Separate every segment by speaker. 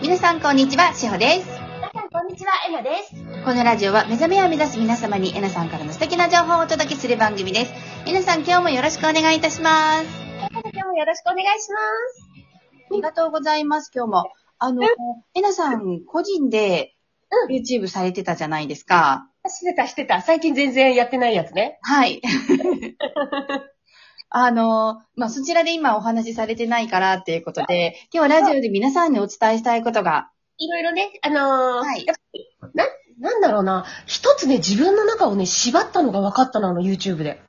Speaker 1: 皆さんこんにちは、しほです。
Speaker 2: 皆さん、こんにちは。えなです。
Speaker 1: このラジオは目覚めを目指す皆様にえなさんからの素敵な情報をお届けする番組です。えなさん今日もよろしくお願いいたします。
Speaker 2: 今日もよろしくお願いします。
Speaker 1: ありがとうございます、今日も。あの、えなさん個人で YouTube されてたじゃないですか。
Speaker 2: してた、してた。最近全然やってないやつね。
Speaker 1: はい。 あの、まあ、そちらで今お話しされてないからっていうことで、今日はラジオで皆さんにお伝えしたいことが、
Speaker 2: いろいろね、あのー
Speaker 1: はい
Speaker 2: やっぱりな、なんだろうな。一つね、自分の中をね、縛ったのが分かったな、あの、YouTube で。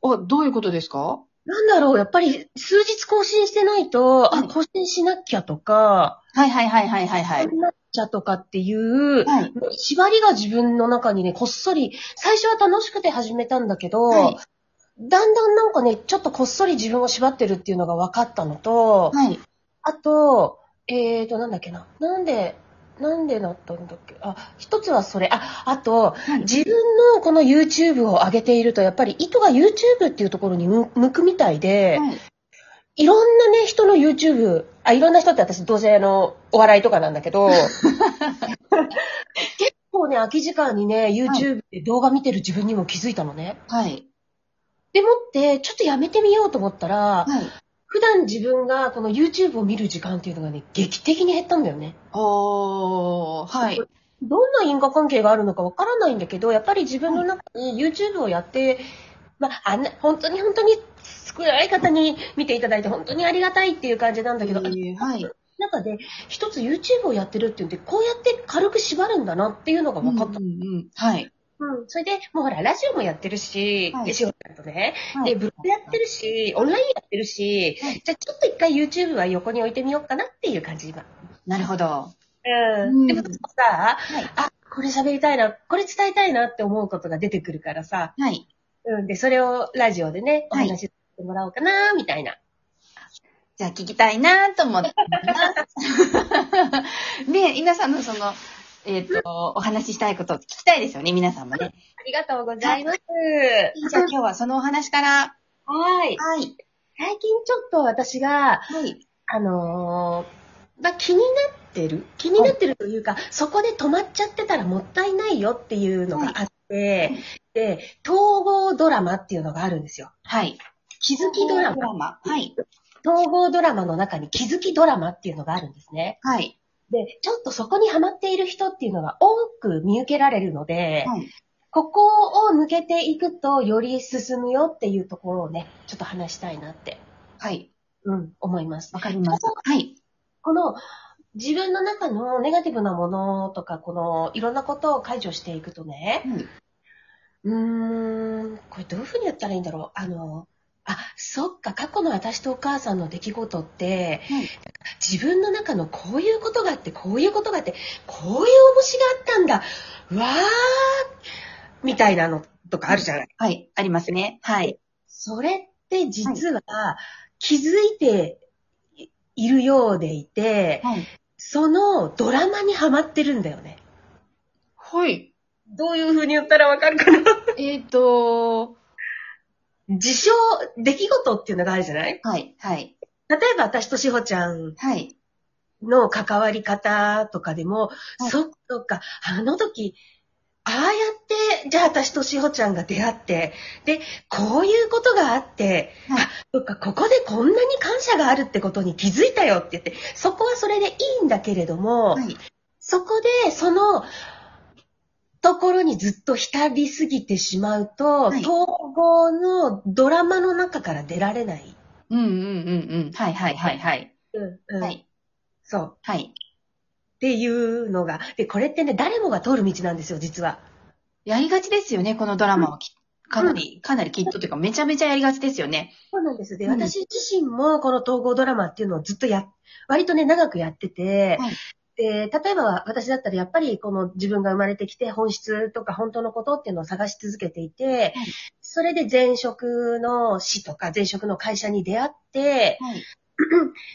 Speaker 1: お、どういうことですか
Speaker 2: なんだろう、やっぱり、数日更新してないと、
Speaker 1: は
Speaker 2: あ、
Speaker 1: い
Speaker 2: 更新しなきゃとか、
Speaker 1: はいはいはいはいはいはい
Speaker 2: こ。んなっちゃとかっていう、
Speaker 1: はい。
Speaker 2: 縛りが自分の中にね、こっそり、最初は楽しくて始めたんだけど、
Speaker 1: はい
Speaker 2: だんだんなんかね、ちょっとこっそり自分を縛ってるっていうのが分かったのと、
Speaker 1: はい。
Speaker 2: あと、えーと、なんだっけな。なんで、なんでなったんだっけ。あ、一つはそれ。あ、あ
Speaker 1: は
Speaker 2: と、
Speaker 1: い
Speaker 2: 自分のこの YouTube を上げていると、やっぱり意図が YouTube っていうところに向向くみたいで、
Speaker 1: はい
Speaker 2: いろんなね、人の YouTube、あ、いろんな人って私、どうせあの、お笑いとかなんだ けど、結構ね、空き時間にね、YouTube で動画見てる自分にも気づいたのね。
Speaker 1: はい。
Speaker 2: でもって、ちょっとやめてみようと思ったら、
Speaker 1: はい。
Speaker 2: 普段自分がこの YouTube を見る時間っていうのがね、劇的に減ったんだよね。
Speaker 1: おー、はい。
Speaker 2: どんな因果関係があるのかわからないんだけど、やっぱり自分の中に YouTube をやって、まあ、あんな、本当に本当に少ない方に見ていただいて本当にありがたいっていう感じなんだけど、
Speaker 1: はい。
Speaker 2: 中で一つ YouTube をやってるっていうんで、こうやって軽く縛るんだなっていうのが分かった。
Speaker 1: うんうんうんはい。
Speaker 2: うんそれで、もうほら、ラジオもやってるし、
Speaker 1: はい
Speaker 2: で、仕事だとね、
Speaker 1: はい
Speaker 2: で、ブログやってるし、オンラインやってるし、
Speaker 1: はい
Speaker 2: じゃあちょっと一回 YouTube は横に置いてみようかなっていう感じ、今。
Speaker 1: なるほど。
Speaker 2: う
Speaker 1: うん
Speaker 2: ん。でもさ、
Speaker 1: はい。
Speaker 2: あ、これ喋りたいな、これ伝えたいなって思うことが出てくるからさ、
Speaker 1: はい。
Speaker 2: うん。で、それをラジオでね、お
Speaker 1: はい
Speaker 2: 話ししてもらおうかな、みたいな。
Speaker 1: じゃあ聞きたいなと思ってます。 で、皆さんのその、えっ、と、お話ししたいこと聞きたいですよね、皆さんもね。
Speaker 2: ありがとうございます。
Speaker 1: じゃあ今日はそのお話から。
Speaker 2: はい。
Speaker 1: はい。
Speaker 2: 最近ちょっと私が、
Speaker 1: はい。
Speaker 2: あのーまあ、気になってる気になってるというか、そこで止まっちゃってたらもったいないよっていうのがあって、で、統合ドラマっていうのがあるんですよ。
Speaker 1: はい。
Speaker 2: 気づきドラ
Speaker 1: ド
Speaker 2: マ。
Speaker 1: ラマ。はい。
Speaker 2: 統合ドラマの中に気づきドラマっていうのがあるんですね。
Speaker 1: はい。
Speaker 2: で、ちょっとそこにハマっている人っていうのが多く見受けられるので、
Speaker 1: はい。
Speaker 2: ここを抜けていくとより進むよっていうところをね、ちょっと話したいなって、
Speaker 1: はい。
Speaker 2: うん、思います。
Speaker 1: わかりました。はい。
Speaker 2: この自分の中のネガティブなものとか、このいろんなことを解除していくとね、
Speaker 1: うん
Speaker 2: うーん、これどういうふうにやったらいいんだろう。あの、あ、そっか、過去の私とお母さんの出来事って、
Speaker 1: はい
Speaker 2: 自分の中のこういうことがあって、こういうことがあって、こういう重しがあったんだ、うわー、みたいなのとかあるじゃない。
Speaker 1: はい。ありますね。はい。
Speaker 2: それって実は気づいていいるようでいて、
Speaker 1: はい。
Speaker 2: そのドラマにハマってるんだよね。
Speaker 1: はい。
Speaker 2: どういう風に言ったらわかるかな
Speaker 1: えっ、と
Speaker 2: 事象、出来事っていうのがあるじゃない
Speaker 1: はい。はい。
Speaker 2: 例えば私としほちゃん
Speaker 1: はい。
Speaker 2: の関わり方とかでも、
Speaker 1: はい
Speaker 2: そっか、あの時、ああやって、じゃあ私としほちゃんが出会って、で、こういうことがあって、
Speaker 1: はい
Speaker 2: あ、そっか、ここでこんなに感謝があるってことに気づいたよって言って、そこはそれでいいんだけれども、
Speaker 1: はい。
Speaker 2: そこで、その、ところにずっと浸りすぎてしまうと、
Speaker 1: はい
Speaker 2: 統合のドラマの中から出られない。
Speaker 1: うんうんうんうん。はいはいはいはい。
Speaker 2: うんうん
Speaker 1: はい。
Speaker 2: そう。っ
Speaker 1: はい。
Speaker 2: ていうのが。で、これってね、誰もが通る道なんですよ、実は。
Speaker 1: やりがちですよね、このドラマはき。かなり、かなりきっとというか、めちゃめちゃやりがちですよね。
Speaker 2: そうなんです。で、
Speaker 1: うん
Speaker 2: 私自身もこの統合ドラマっていうのをずっとや、割とね、長くやってて、
Speaker 1: はい
Speaker 2: で、例えば私だったらやっぱりこの自分が生まれてきて本質とか本当のことっていうのを探し続けていて、
Speaker 1: はい
Speaker 2: それで前職の市とか前職の会社に出会って、
Speaker 1: はい。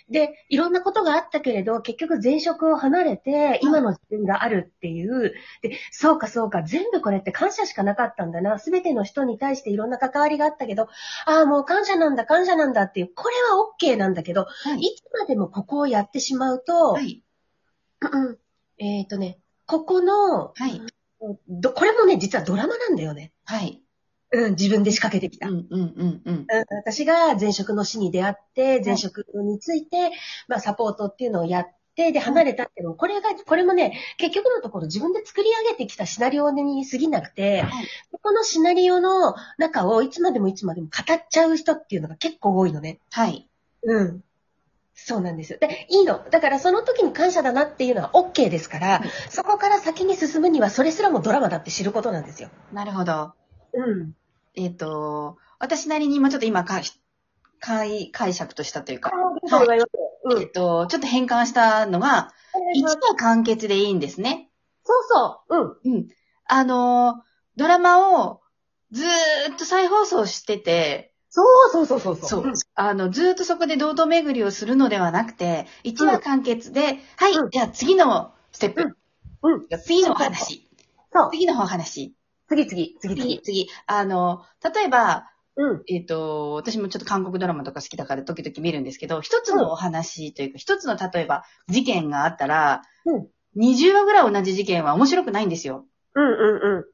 Speaker 2: で、いろんなことがあったけれど、結局前職を離れて、今の自分があるっていう、で、そうかそうか、全部これって感謝しかなかったんだな、すべての人に対していろんな関わりがあったけど、ああ、もう感謝なんだ、感謝なんだっていう、これは OK なんだけど、
Speaker 1: はい。
Speaker 2: いつまでもここをやってしまうと、
Speaker 1: はい。
Speaker 2: えっ、とね、ここ
Speaker 1: は
Speaker 2: の、
Speaker 1: い。
Speaker 2: ど、これもね、実はドラマなんだよね。
Speaker 1: はい。
Speaker 2: うん、自分で仕掛けてきた。
Speaker 1: うんうんうんうん。
Speaker 2: うん私が前職の死に出会って、前職について、まあ、サポートっていうのをやって、で、離れたっていうのも、これが、これもね、結局のところ自分で作り上げてきたシナリオに過ぎなくて
Speaker 1: はい、
Speaker 2: ここのシナリオの中をいつまでもいつまでも語っちゃう人っていうのが結構多いのね。
Speaker 1: はい。
Speaker 2: うん。そうなんですよ。で、いいの。だからその時に感謝だなっていうのは OK ですから、
Speaker 1: はい
Speaker 2: そこから先に進むにはそれすらもドラマだって知ることなんですよ。
Speaker 1: なるほど。
Speaker 2: うん。
Speaker 1: えっ、と、私なりに今ちょっと今か解解釈としたというか、
Speaker 2: りがとうございます。う
Speaker 1: えっ、と、ちょっと変換したのが、
Speaker 2: ん。
Speaker 1: 1話完結でいいんですね。
Speaker 2: そうそう。うん。
Speaker 1: うん。あのードラマをずーっと再放送してて、
Speaker 2: そうそうそうそう
Speaker 1: そ
Speaker 2: そうう。。
Speaker 1: あの、ずーっとそこで堂々巡りをするのではなくて、1話完結で、はい、
Speaker 2: うん
Speaker 1: じゃあ次のステップ。
Speaker 2: うんうん
Speaker 1: 次のお話。
Speaker 2: そう。
Speaker 1: 次のお話。
Speaker 2: 次次、次
Speaker 1: 次、
Speaker 2: 次。
Speaker 1: 次。あの、例えば、
Speaker 2: うん。
Speaker 1: えっ、と、私もちょっと韓国ドラマとか好きだから時々見るんですけど、一つのお話というか、一つの例えば事件があったら、
Speaker 2: うん
Speaker 1: 20話ぐらい同じ事件は面白くないんですよ。
Speaker 2: うんうんうん。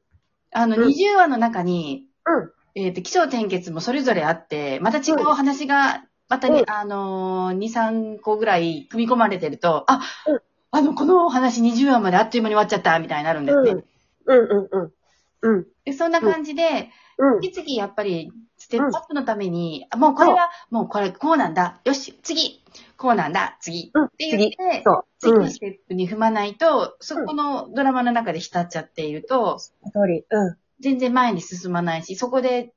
Speaker 1: あの、
Speaker 2: うん
Speaker 1: 20話の中に、
Speaker 2: うん
Speaker 1: えっ、と、気象転結もそれぞれあって、また違うお話が、また
Speaker 2: う
Speaker 1: に、
Speaker 2: ん
Speaker 1: あのー、2、3個ぐらい組み込まれてると、あ、
Speaker 2: うん
Speaker 1: あの、このお話20話まであっという間に終わっちゃった、みたいになるんですね。
Speaker 2: うんうんうん。うん。
Speaker 1: でそんな感じで、
Speaker 2: うん。
Speaker 1: 次々やっぱり、ステップアップのために、あもうこれは、もうこれ、こうなんだ。よし、次こうなんだ、次
Speaker 2: うん
Speaker 1: って言って、
Speaker 2: そう。
Speaker 1: 次
Speaker 2: うん。
Speaker 1: のステップに踏まないと、そこのドラマの中で浸っちゃっていると、
Speaker 2: 通り。う
Speaker 1: 全然前に進まないし、そこで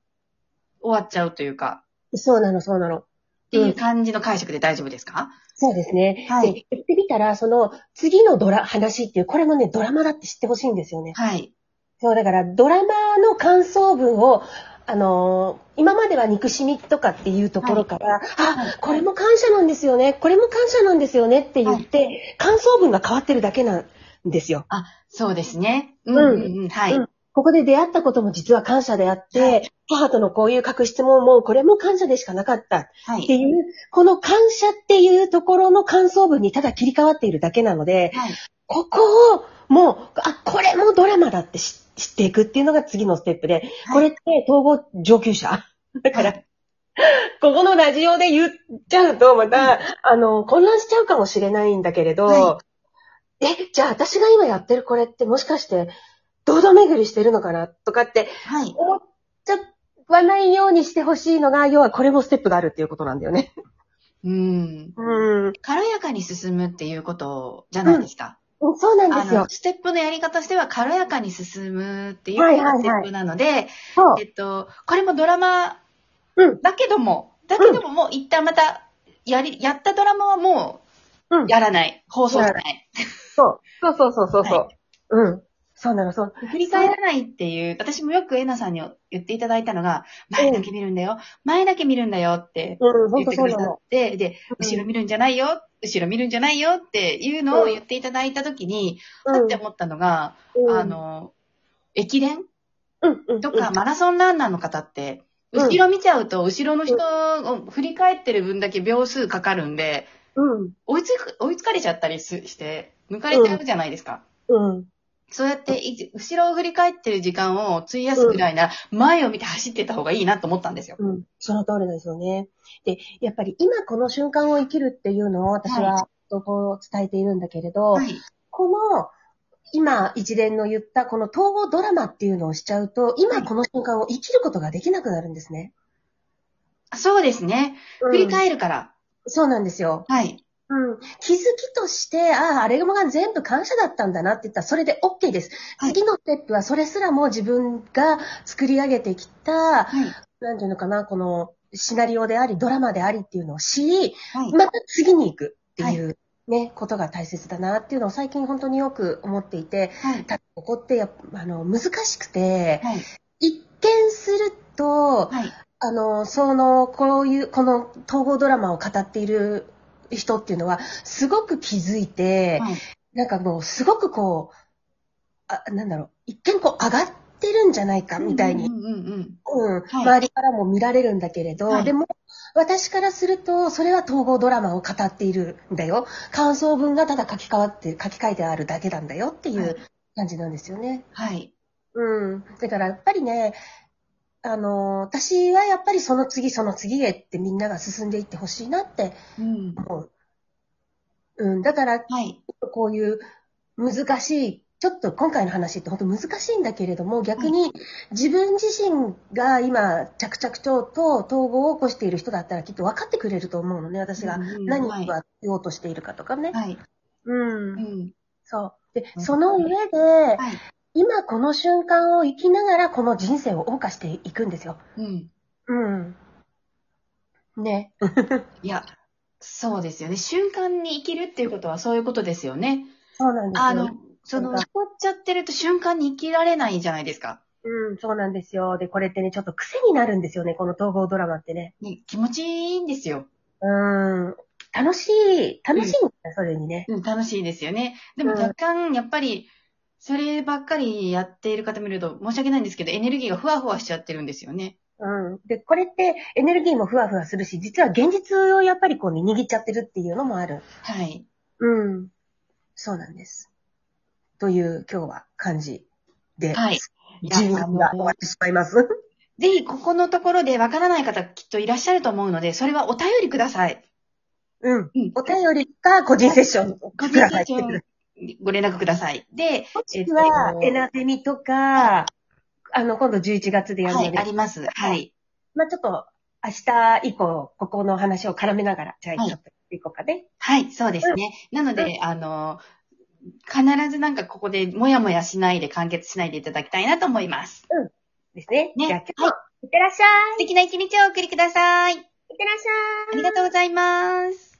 Speaker 1: 終わっちゃうというか、
Speaker 2: ん。そうなの、そうなの。
Speaker 1: っていう感じの解釈で大丈夫ですか、
Speaker 2: そうですね。
Speaker 1: はい
Speaker 2: で、言ってみたら、その、次のドラ、話っていう、これもね、ドラマだって知ってほしいんですよね。
Speaker 1: はい。
Speaker 2: そう、だから、ドラマの感想文を、あのー今までは憎しみとかっていうところから、あ、これも感謝なんですよね、これも感謝なんですよねって言って、感想文が変わってるだけなんですよ。
Speaker 1: そうですね。うんんうんうん。はい。
Speaker 2: うんここで出会ったことも実は感謝であって、
Speaker 1: は
Speaker 2: 母とのこういう確執ももうこれも感謝でしかなかったっ
Speaker 1: は
Speaker 2: て
Speaker 1: い。
Speaker 2: いう、この感謝っていうところの感想文にただ切り替わっているだけなので、
Speaker 1: はい。
Speaker 2: ここをもう、あ、これもドラマだって知知っていくっていうのが次のステップで、これって統合上級者だから、
Speaker 1: は
Speaker 2: ここのラジオで言っちゃうと、また、あの、混乱しちゃうかもしれないんだけれど、
Speaker 1: は
Speaker 2: え、じゃあ私が今やってるこれってもしかして、堂々巡りしてるのかなとかって
Speaker 1: はい。
Speaker 2: 思っちゃわないようにしてほしいのが、要はこれもステップがあるっていうことなんだよね。
Speaker 1: うん。
Speaker 2: うん。
Speaker 1: 軽やかに進むっていうことじゃないですか。
Speaker 2: そうなん
Speaker 1: あ
Speaker 2: ですよ
Speaker 1: の、。ステップのやり方としては軽やかに進むっていう
Speaker 2: はいはいはい
Speaker 1: ステップなので、
Speaker 2: そう
Speaker 1: えっと、これもドラマ
Speaker 2: うん
Speaker 1: だけども、だけどももう一旦また、やり、やったドラマはも
Speaker 2: うん
Speaker 1: う、やらない。放送しない。
Speaker 2: そうそうそうそうそうそう。うん。そうなの、そう。
Speaker 1: 振り返らないっていう、私もよくエナさんに言っていただいたのが、前だけ見るんだよ、前だけ見るんだよって
Speaker 2: うん、ほ
Speaker 1: 言っ
Speaker 2: んと
Speaker 1: て
Speaker 2: そ
Speaker 1: く
Speaker 2: う
Speaker 1: だ
Speaker 2: な
Speaker 1: さっ
Speaker 2: の。
Speaker 1: て、で、後ろ見るんじゃないよ、後ろ見るんじゃないよっていうのを言っていただいたときに、
Speaker 2: う
Speaker 1: は
Speaker 2: ん
Speaker 1: って思ったのが、あ、の、駅伝
Speaker 2: うん、うん。
Speaker 1: とかマラソンランナーの方って、後ろ見ちゃうと、後ろの人を振り返ってる分だけ秒数かかるんで、
Speaker 2: うん、
Speaker 1: 追いつく、追いつかれちゃったりすして、抜かれちゃうじゃないですか。
Speaker 2: うん。
Speaker 1: そうやってい、後ろを振り返ってる時間を費やすぐらいなら、前を見て走ってた方がいいなと思ったんですよ。
Speaker 2: うん、その通りなんですよね。で、やっぱり今この瞬間を生きるっていうのを私
Speaker 1: は
Speaker 2: は、こう伝えているんだけれど、
Speaker 1: はい。
Speaker 2: この、今一連の言ったこの統合ドラマっていうのをしちゃうと、今この瞬間を生きることができなくなるんですね。
Speaker 1: あそうですね。振り返るから。
Speaker 2: そうなんですよ。
Speaker 1: はい。
Speaker 2: うん。気づきとして、ああ、あれが全部感謝だったんだなって言ったら、それで OK です。
Speaker 1: はい
Speaker 2: 次のステップは、それすらも自分が作り上げてきた、
Speaker 1: はい。
Speaker 2: なんていうのかな、この、シナリオであり、ドラマでありっていうのを知り、
Speaker 1: はい。
Speaker 2: また次に行くっていうね、ことが大切だなっていうのを最近本当によく思っていて、
Speaker 1: はい。
Speaker 2: ただここってやっぱあの、難しくて、
Speaker 1: はい。
Speaker 2: 一見すると、
Speaker 1: はい。
Speaker 2: あの、その、こういう、この統合ドラマを語っている人っていうのは、すごく気づいて、
Speaker 1: はい
Speaker 2: なんかもう、すごくこう、あ、なんだろう、一見こう、上がってるんじゃないか、みたいに、
Speaker 1: うんうんうんうん。は
Speaker 2: うん、
Speaker 1: い
Speaker 2: 周りからも見られるんだけれど、
Speaker 1: はい
Speaker 2: でも、私からすると、それは統合ドラマを語っているんだよ。感想文がただ書き換わって、書き換えてあるだけなんだよってい
Speaker 1: はいう
Speaker 2: 感じなんですよね。
Speaker 1: はい。
Speaker 2: うん。だからやっぱりね、あの、私はやっぱりその次その次へってみんなが進んでいってほしいなって
Speaker 1: うん。
Speaker 2: 思う。うん。だから、
Speaker 1: はい。
Speaker 2: こういう難しい、ちょっと今回の話って本当難しいんだけれども、逆に自分自身が今、着々とと統合を起こしている人だったらきっと分かってくれると思うのね、私が
Speaker 1: うんうん
Speaker 2: 何
Speaker 1: はい
Speaker 2: を言おうとしているかとかね。
Speaker 1: はい。
Speaker 2: う。
Speaker 1: うんん。
Speaker 2: そう。で、
Speaker 1: うん
Speaker 2: その上で、
Speaker 1: はい。
Speaker 2: 今この瞬間を生きながらこの人生を謳歌していくんですよ。
Speaker 1: うん。
Speaker 2: うん。ね。
Speaker 1: いや、そうですよね。瞬間に生きるっていうことはそういうことですよね。
Speaker 2: そうなんですよ。
Speaker 1: あの、その、しこっちゃってると瞬間に生きられないじゃないですか。
Speaker 2: うん、そうなんですよ。で、これってね、ちょっと癖になるんですよね、この統合ドラマってね。
Speaker 1: ね、気持ちいいんですよ。
Speaker 2: うん楽しい、楽しいんだよ、それにね。
Speaker 1: うん、楽しいですよね。でも
Speaker 2: うん
Speaker 1: 若干、やっぱり、そればっかりやっている方見ると、申し訳ないんですけど、エネルギーがふわふわしちゃってるんですよね。
Speaker 2: うん。で、これってエネルギーもふわふわするし、実は現実をやっぱりこうね、握っちゃってるっていうのもある。
Speaker 1: はい。
Speaker 2: うん。そうなんです。という今日は感じで、
Speaker 1: はい。いや
Speaker 2: 10分が
Speaker 1: あ
Speaker 2: 終
Speaker 1: の
Speaker 2: わってしまいます。
Speaker 1: ぜひ、ここのところでわからない方、きっといらっしゃると思うので、それはお便りください。
Speaker 2: うん。
Speaker 1: うん
Speaker 2: お便りか、個人セッション
Speaker 1: 個
Speaker 2: く
Speaker 1: 人
Speaker 2: だ
Speaker 1: セ
Speaker 2: さ
Speaker 1: ッ
Speaker 2: い。
Speaker 1: ショ ンご連絡ください。で、えっと
Speaker 2: は、エナゼミとか、あの、今度11月でやる
Speaker 1: は
Speaker 2: ので、
Speaker 1: い、あります。はい。
Speaker 2: まあちょっと明日以降、ここの話を絡めながら、じゃあ
Speaker 1: はい
Speaker 2: ちょっとやっていこうかね。
Speaker 1: はい、そうですね。なので、あの、必ずなんかここでもやもやしないで完結しないでいただきたいなと思います。
Speaker 2: ですね。
Speaker 1: ね
Speaker 2: じゃあ今日も、いってらっしゃい。
Speaker 1: 素敵な一日をお送りください。
Speaker 2: いってらっしゃい
Speaker 1: ありがとうございます。